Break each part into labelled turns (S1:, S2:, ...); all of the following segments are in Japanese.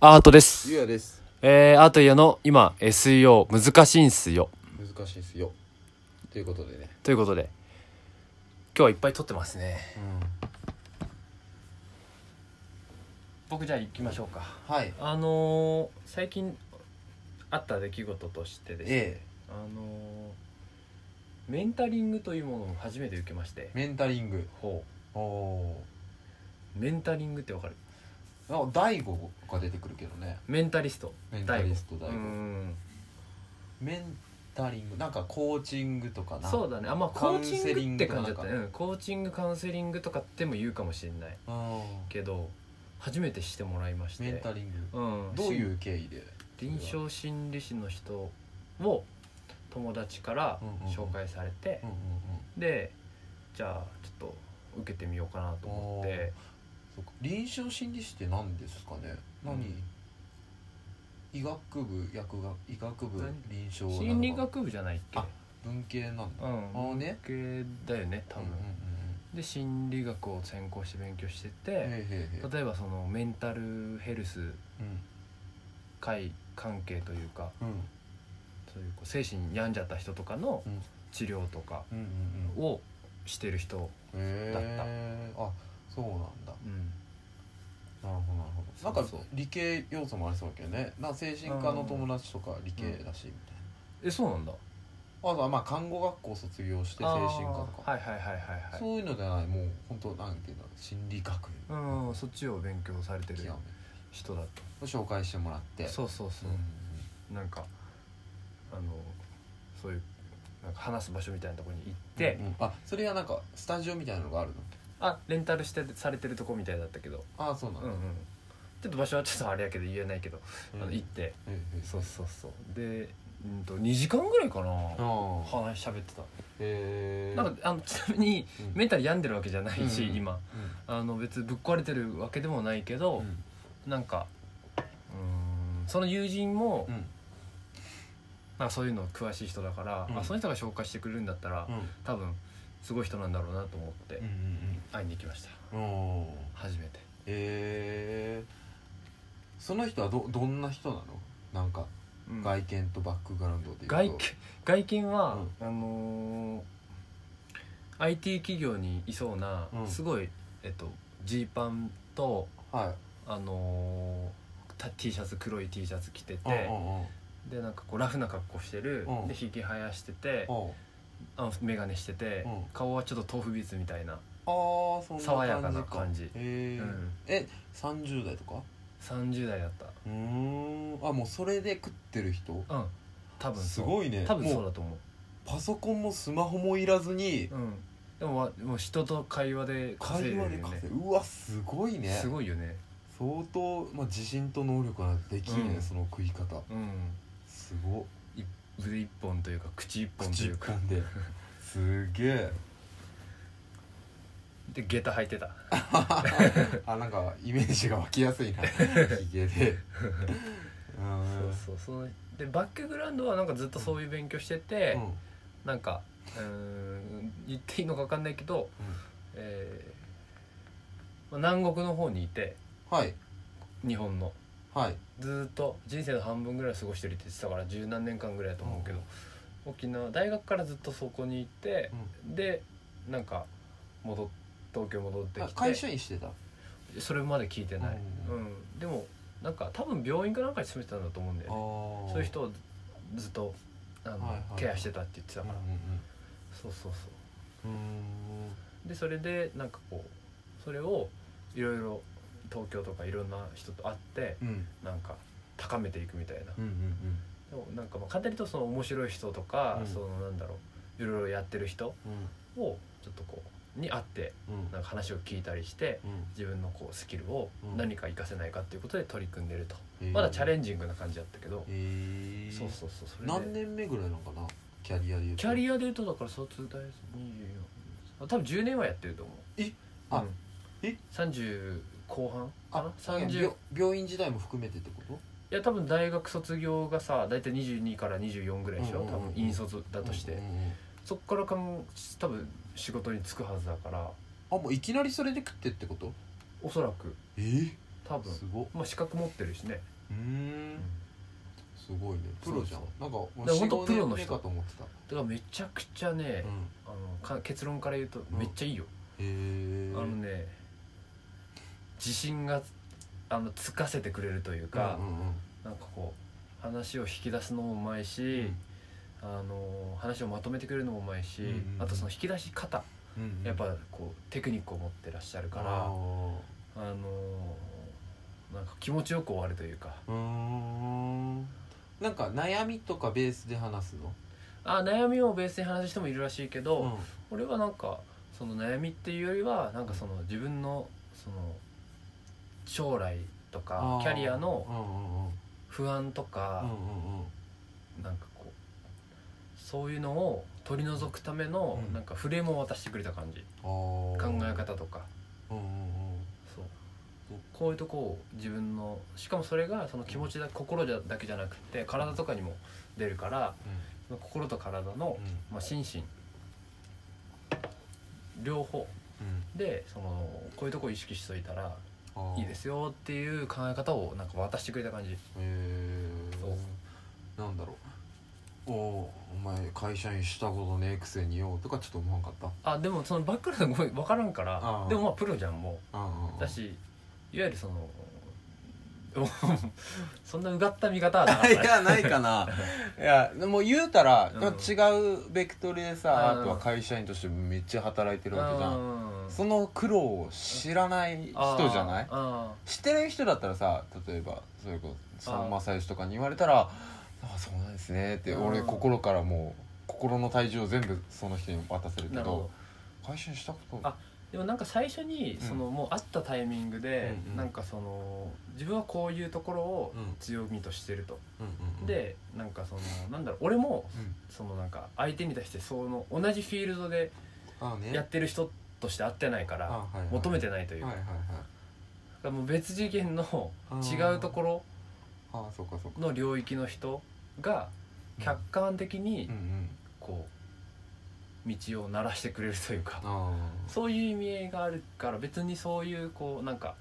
S1: アートです。
S2: ゆうやです
S1: えー、アートイヤの今、SEO 難しいんすよ。
S2: 難しいですよということでね、
S1: ということで、今日はいっぱい撮ってますね。僕じゃあ行きましょうか。
S2: はい
S1: あのー、最近あった出来事としてですね、
S2: A
S1: あのー、メンタリングというものを初めて受けまして、
S2: メンタリング
S1: ほ
S2: おお
S1: う、メンタリングってわかる
S2: ーなんか大悟が出てくるけどね
S1: メンタリスト。
S2: メンタリスト
S1: うー
S2: 大悟
S1: ん。
S2: メンタリングなんかコーチングとかな
S1: そうだね。あ、まあ、コーチ
S2: カウンセリ
S1: ング
S2: ン
S1: って
S2: グとか
S1: 感じだ
S2: なんか
S1: ったね。うんコーチング、カウンセリングとかっても言うかもしれない。
S2: うん
S1: けど初めてしてもらいまして
S2: メンタリング
S1: うん、
S2: どういう経緯で
S1: し臨床心理士の人を友達から
S2: うんうんうん
S1: 紹介されて、
S2: うんうんうん
S1: でじゃあちょっと受けてみようかなと思って
S2: そうか臨床心理士って何ですかね何、
S1: うん
S2: 医学部薬学医学部
S1: 何
S2: 臨床なのか
S1: 心理学部じゃないっけ
S2: あ文系なんだ
S1: うん
S2: ああね
S1: 系だよね多分、
S2: うんうん
S1: で心理学を専攻して勉強して
S2: うんうん
S1: て、
S2: へえへえへえ
S1: 例えばそのメンタルヘルス
S2: うん
S1: 会関係というか
S2: うん
S1: そういうこう精神病んじゃった人とかの
S2: うん
S1: 治療とか
S2: うんうんうん
S1: をしてる人、
S2: へ
S1: だった
S2: えあそうな
S1: うん、
S2: んだなるほどなるほどなんか
S1: そうそう
S2: 理系要素もありそうだけどねなんか精神科の友達とか理系だしみたい
S1: えそうなんだ
S2: なあとはまあ看護学校卒業して精神科と
S1: あー
S2: か
S1: はいはいはいはいはい
S2: そういうのじゃないもう本当なんていうんだろう心理学
S1: うんそっちを勉強されてる
S2: 極
S1: 人だと
S2: め紹介してもらって
S1: そうそうそう
S2: うん、
S1: なんかあのそういうなんか話す場所みたいなところに行って、
S2: うんあそれはなんかスタジオみたいなのがあるの
S1: あレンタルしてされてるとこみたいだったけど
S2: ああそうな
S1: うんんう
S2: だ
S1: ん、ちょっと場所はちょっとあれやけど言えないけど、あの行って
S2: ええ
S1: そうそうそうで、うん、と2時間ぐらいかな
S2: ああ
S1: 話しゃべってた、
S2: へえ
S1: なんかあのちなみに
S2: うん
S1: メンタル病んでるわけじゃないし、
S2: うん
S1: 今あの別にぶっ壊れてるわけでもないけど、
S2: うんうん
S1: なんかうーんその友人も、
S2: うん
S1: なんかそういうの詳しい人だから、
S2: うん
S1: あその人が紹介してくれるんだったら、
S2: うん
S1: 多分すごい人なんだろうなと思って
S2: うん
S1: 会いに行きました
S2: うんうんおー
S1: 初めて
S2: へえその人はどどんな人なのなんか
S1: うん
S2: 外見とバックグラウンドでいうと
S1: 外見外見は、あのー IT 企業にいそうな、
S2: うん
S1: すごいえっとジーパンと
S2: は
S1: あのーた T シャツ黒い T シャツ着て
S2: い
S1: て
S2: うんうんうん
S1: でなんかこうラフな格好してる、
S2: うん
S1: でひげ生やしてて、
S2: うん
S1: あの眼鏡してて、
S2: うん
S1: 顔はちょっと豆腐ビーツみたいな
S2: あーそんな感じ
S1: 爽やかな感じ
S2: へえ
S1: うん
S2: え30代とか
S1: 30代だっ
S2: うーんあもうそれで食ってる人
S1: たうん多分そう
S2: すごいね
S1: 多分そ
S2: も
S1: う
S2: う
S1: だと思う
S2: パソコンもスマホもいらずに
S1: うんでもわもう人と会話で稼い
S2: 会
S1: でる
S2: 話で
S1: よね
S2: 稼ぐうわすごいね
S1: すごいよね
S2: 相当、まあ、自信と能力ができるね、
S1: うん
S2: その食い方
S1: うん
S2: すごっ
S1: い腕一本というか口一本と
S2: 口
S1: いう
S2: 一
S1: か
S2: 本ですげえ
S1: で下駄履いてた
S2: あなんかイメージが湧きやすい なひげでうん
S1: そうそうそうでバックグラウンドはなんかずっとそういう勉強してて、
S2: うん
S1: なんかうーん言っていいのか分かんないけど、えーまあ、南国の方にいて
S2: はい
S1: 日本の
S2: はい
S1: ずーっと人生の半分ぐらい過ごしてるって言ってたから十何年間ぐらいだと思うけど、沖縄大学からずっとそこに行って、でなんか戻っ東京戻って
S2: あ
S1: き
S2: 会
S1: て
S2: 社員してた
S1: それまで聞いてない、
S2: う
S1: うんんでもなんか多分病院かなんかに住めてたんだと思うんだよね
S2: そ
S1: そういう人をずっとあの、
S2: はいはい
S1: ケアしてたって言ってた
S2: うん
S1: か
S2: う
S1: ら、
S2: ん
S1: そうそうそう
S2: うん
S1: でそれでなんかこうそれをいろいろ東京とかいろんな人と会って
S2: うーんうん
S1: なんか高めていくみたいな、
S2: うんうん
S1: でもなんかまあ簡単に言うとその面白い人とか、
S2: うん
S1: そのなんだろういろいろやってる人
S2: うん
S1: をちょっとこうに会って
S2: うん
S1: なんか話を聞いたりして
S2: うん
S1: 自分のこうスキルを
S2: うん
S1: 何か活かせないかっていうことで取り組んでると、
S2: うん
S1: まだチャレンジングな感じだったけど、
S2: えー
S1: そうそうそうそれで
S2: 何年目ぐらいなのかなキャリアで言うと
S1: キャリアで言うとだから卒大24あ多分10年はやってると思う
S2: えあ
S1: うん
S2: え
S1: 30後半かな
S2: あ三
S1: 30い
S2: 病院時代も含めてってこと
S1: や多分大学卒業がさ大体22から24ぐらいでしょ、
S2: うんうんうんうん
S1: 多分引率だとして、
S2: うんうんうん
S1: そっからかん多分仕事に就くはずだから
S2: あもういきなりそれで食ってってこと
S1: おそらく
S2: え
S1: 多分
S2: すごっ
S1: まあ資格持ってるしね、
S2: うーん
S1: だ
S2: すごいねプロじゃん
S1: そう
S2: なんか
S1: だからほんと
S2: 45
S1: プロの
S2: 年目
S1: 人
S2: かと思ってた
S1: からめちゃくちゃね、
S2: うん
S1: あのか結論から言うと
S2: うん
S1: めっちゃいいよ、
S2: へえ
S1: あのね自信があのつかせてくれるというか、なんかこう話を引き出すのもうまいし、あの話をまとめてくれるのもうまいし、
S2: うんうんうん
S1: あとその引き出し方やっぱこうテクニックを持ってらっしゃるから、
S2: あ
S1: あ
S2: ー
S1: のーなんか気持ちよく終わるというか
S2: うーんなんか悩みとかベースで話すの
S1: あ悩みをベースに話す人もいるらしいけど、
S2: うん
S1: 俺はなんかその悩みっていうよりはなんかその自分のその将来とか
S2: あー
S1: キャリアの
S2: う
S1: 不安とか
S2: んうんうん、うんうんうん
S1: なんかこうそういうのを取り除くための
S2: うん
S1: なんかフレームを渡してくれた感じ、
S2: 考
S1: 考え方とか
S2: うんうんうん
S1: そうこういうとこを自分のしかもそれがその気持ちだ心じゃだけじゃなくて体とかにも出るから心と体の
S2: う、ん
S1: まあ、心身両方
S2: うん
S1: でそのこういうとこを意識しといたら
S2: あー
S1: いいですよっていう考え方をなんか渡してくれた感じ
S2: へー
S1: そう
S2: なんだろうおおーお前会社員したことねえくせによとかちょっと思わんかった
S1: あでもそのバックグラウンドごめん分からんか
S2: あ
S1: ら
S2: あ
S1: でもまあプロじゃんも
S2: あ
S1: うだしいわゆるその そんなうがった見方はなかった
S2: い
S1: ね
S2: やない かないやでも言うたら、
S1: うん
S2: 違うベクトルでさ、
S1: うん
S2: あとは会社員としてめっちゃ働いてるわけじゃん、
S1: うん
S2: その苦労を知らない人じゃない
S1: あ
S2: 知ってる人だったらさ例えばそれこそ
S1: あー
S2: さんま最初とかに言われたら「あそうなんですね」って
S1: うん
S2: 俺心からもう心の体重を全部その人に渡せる
S1: あ
S2: け
S1: な
S2: ど
S1: るほど
S2: 会社にしたこと
S1: あでもなんか最初に
S2: うん
S1: そのもう会ったタイミングで
S2: うんうん
S1: なんかその自分はこういうところを
S2: うん
S1: 強みとしてると
S2: うんうんうん、
S1: でなんかそのなんだろう俺も
S2: うん、
S1: そのなんか相手に対してその同じフィールドで
S2: ああね
S1: やってる人として会ってないから
S2: あはいはい
S1: 求めてないという
S2: は
S1: か
S2: いはいはい
S1: だからもう別次元の
S2: あー
S1: 違うところ
S2: ああそうかそうか
S1: の領域の人が客観的に
S2: うんうん
S1: こう道を鳴らしてくれるというか
S2: あ
S1: そういう意味合いがあるから別にそういうこうなんか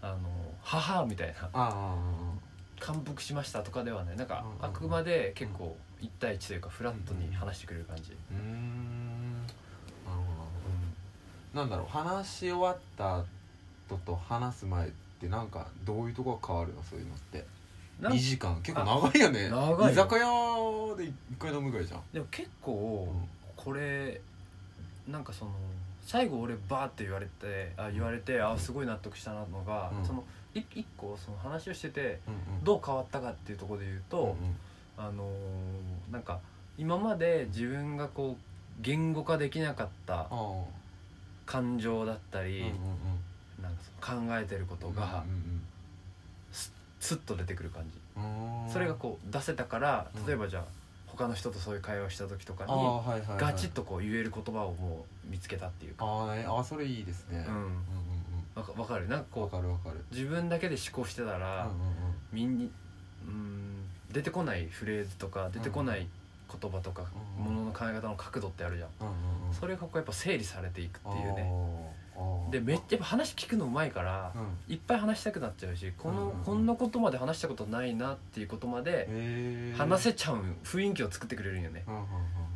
S1: あの母みたいな
S2: ああああ
S1: 感服しましたとかではないなんか
S2: うんうんうん
S1: あくまで結構一対一というかフラットに話してくれる感じ、
S2: うーんなるほどなるほどなんだろう話し終わった後と話す前ってなんかどういうとこが変わるのそういうのって
S1: なん
S2: 2時間結構長いよね
S1: あ長いよ
S2: 居酒屋で1回飲むぐらいじゃん、
S1: でも結構
S2: うん
S1: これなんかその最後俺バーって言われてあ言われてあすごい納得したなのが、
S2: うん
S1: そのい一個その話をしてて
S2: うんうん、
S1: どう変わったかっていうところで言うと、あのーなんか今まで自分がこう言語化できなかった
S2: ああ
S1: 感情だった
S2: う
S1: り
S2: んうん、
S1: なんかその考えてること
S2: うん
S1: が
S2: うん
S1: スッと出てくる感じ、
S2: うんうん
S1: それがこう出せたから
S2: うん
S1: 例えばじゃあ他の人とそういう会話をした時とか
S2: ああ
S1: に
S2: はいはい、はい、
S1: ガチッとこう言える言葉をもう見つけたっていうか、
S2: ああ、ね、ああそれいいですね、
S1: うん
S2: うんうんうん
S1: わかわかるなんかこ
S2: わ
S1: う
S2: かるわかる
S1: 自分だけで思考してたら、
S2: うんうんうん
S1: みんにうん出てこないフレーズとか出てこない言葉とか、
S2: うん
S1: ものの考え方の角度ってあるじゃん、
S2: うんうんうん
S1: それがこうやっぱ整理されていくっていうね
S2: あーあー
S1: でめっちゃやっぱ話聞くのうまいから
S2: う、ん
S1: いっぱい話したくなっちゃうしこの、
S2: うんうん
S1: こんなことまで話したことないなっていうことまで
S2: えー、
S1: 話せちゃう雰囲気を作ってくれるんよね、
S2: うんうんうん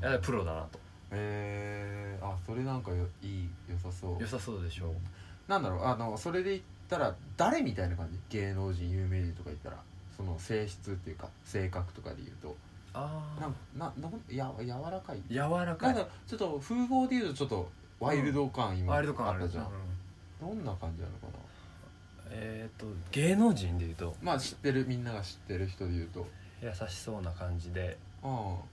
S1: いやプロだなと
S2: えー、あそれなんかよいい良さそう
S1: 良さそうでしょう
S2: なんだろうあのそれで言ったら誰みたいな感じ芸能人有名人とか言ったらその性質っていうか性格とかで言うと
S1: あ
S2: なんなどんや柔らかい
S1: あ柔らか
S2: ないんかちょっと風貌で言うとちょっとワイルド感今
S1: ワ
S2: あ
S1: イル
S2: っ
S1: ド感あ
S2: た
S1: る
S2: じゃん
S1: うん、
S2: どんな感じなのかな
S1: えっ、と芸能人でいうと
S2: まあ知ってるみんなが知ってる人で言うと
S1: 優しそうな感じで
S2: ああ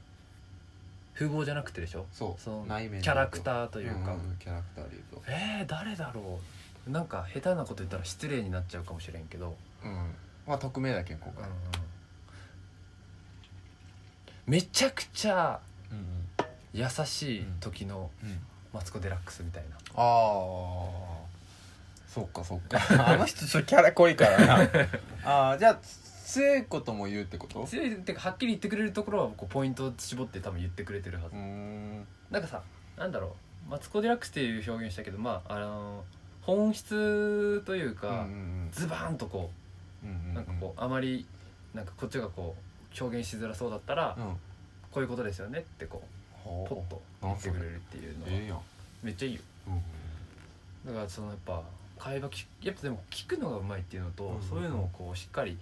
S1: 風貌じゃなくてでしょ
S2: そう
S1: その
S2: 内面
S1: キャラク
S2: ー
S1: ターと
S2: と
S1: いうか、
S2: んんキャラクターで言うと
S1: えー、誰だろうなんか下手なこと言ったら失礼になっちゃうかもしれんけど、
S2: うんまあ匿名だけんここ
S1: うん
S2: は
S1: うんめちゃくちゃ
S2: うんうん
S1: 優しい時の
S2: うん
S1: マツコ・デラックスみたいな、
S2: ああそっかそっか あの人ちょっとキャラ濃いからな ああじゃあ強いことも言うってこと
S1: 強いってかはっきり言ってくれるところはこうポイントを絞って多分言ってくれてるはず、
S2: うーん
S1: なんかさなんだろうマツコ・デラックスっていう表現したけどまああのー本質という
S2: うん
S1: か、ズバーンとこ
S2: うんうん
S1: うなんかこうあまりなんかこっちがこう表現しづらそうだったら、
S2: うんうん
S1: こういうことですよねってこうポッと言ってくれるっていうのは
S2: ええやん
S1: めっちゃいいよだからそのやっぱ会話きやっぱでも聞くのがうまいっていうのと、
S2: うん
S1: そういうのをこうしっかり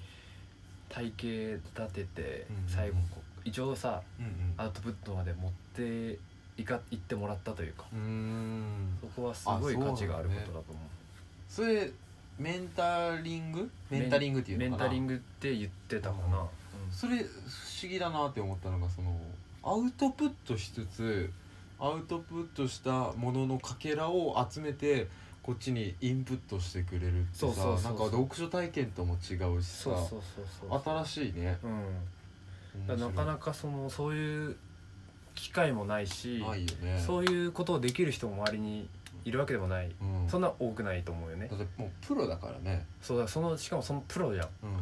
S1: 体系立てて、
S2: うん
S1: 最後こう一応さ
S2: うんうん
S1: アウトプットまで持っていかいってもらったというか、
S2: うーん
S1: そこはすごい
S2: あそうな
S1: 価
S2: んだね
S1: 値があることだと思う
S2: それメンタリングメンタリングっていうのか
S1: メ
S2: な
S1: ンタリングって言ってたかな、
S2: うんそれ不思議だなって思ったのがそのアウトプットしつつアウトプットしたもののかけらを集めてこっちにインプットしてくれるってさ
S1: そうそうそうそう
S2: なんか読書体験とも違うしさ
S1: そうそうそうそう
S2: 新しいね
S1: うんだからなかなかそのそういう機会もないし
S2: 面白いないよね
S1: そういうことをできる人も周りにいるわけでもない
S2: うん、
S1: そんな多くないと思うよね
S2: だってもうプロだからね
S1: そうだそのしかもそのプロじゃん
S2: うん、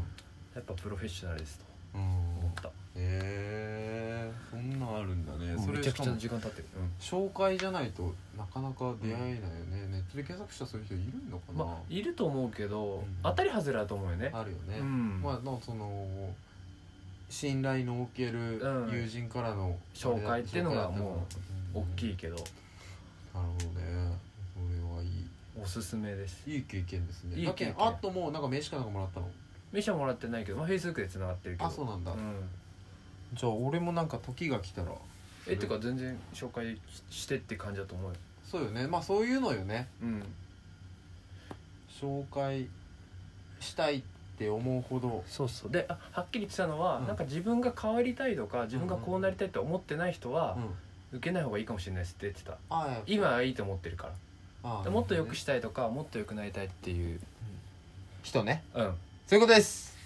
S1: やっぱプロフェッショナルですと
S2: うん、
S1: 思った、
S2: へえそんなんあるんだねそれ
S1: めちゃくちゃ
S2: しか
S1: 時間経ってる、
S2: も紹介じゃないとなかなか出会えないよね、ネットで検索したらそういう人いるのか
S1: うん、
S2: な、
S1: まあいると思うけど、
S2: うん
S1: 当たり外れだと思うよね
S2: あるよね、
S1: うん、
S2: まあのその信頼のおける
S1: うん
S2: 友人からの、
S1: 紹介っていうのがも
S2: う
S1: 大き
S2: い
S1: いけど
S2: なるほどねそれはいい
S1: おすすめです
S2: いい経験ですね
S1: いい経験
S2: だけどあともうなんか名刺かなんかもらったの
S1: 名刺はもらってないけど、まあ、Facebook でつながってるけど
S2: あそうなんだ、
S1: うん
S2: じゃあ俺もなんか時が来たら
S1: えってか全然紹介ししてって感じだと思うよ
S2: そうよねまあそういうのよね
S1: うん
S2: 紹介したいって思うほど
S1: そうそうであはっきり言ってたのは、
S2: うん
S1: なんか自分が変わりたいとか自分がこうなりたいって思ってない人は、
S2: うん
S1: 受けない方がいいかもしれないですって言ってた
S2: ああやっぱ
S1: 今はいいと思ってるから
S2: ああ
S1: でもっと良くしたいとかもっと良くなりたいっていう
S2: 人ね
S1: うん
S2: そういうことです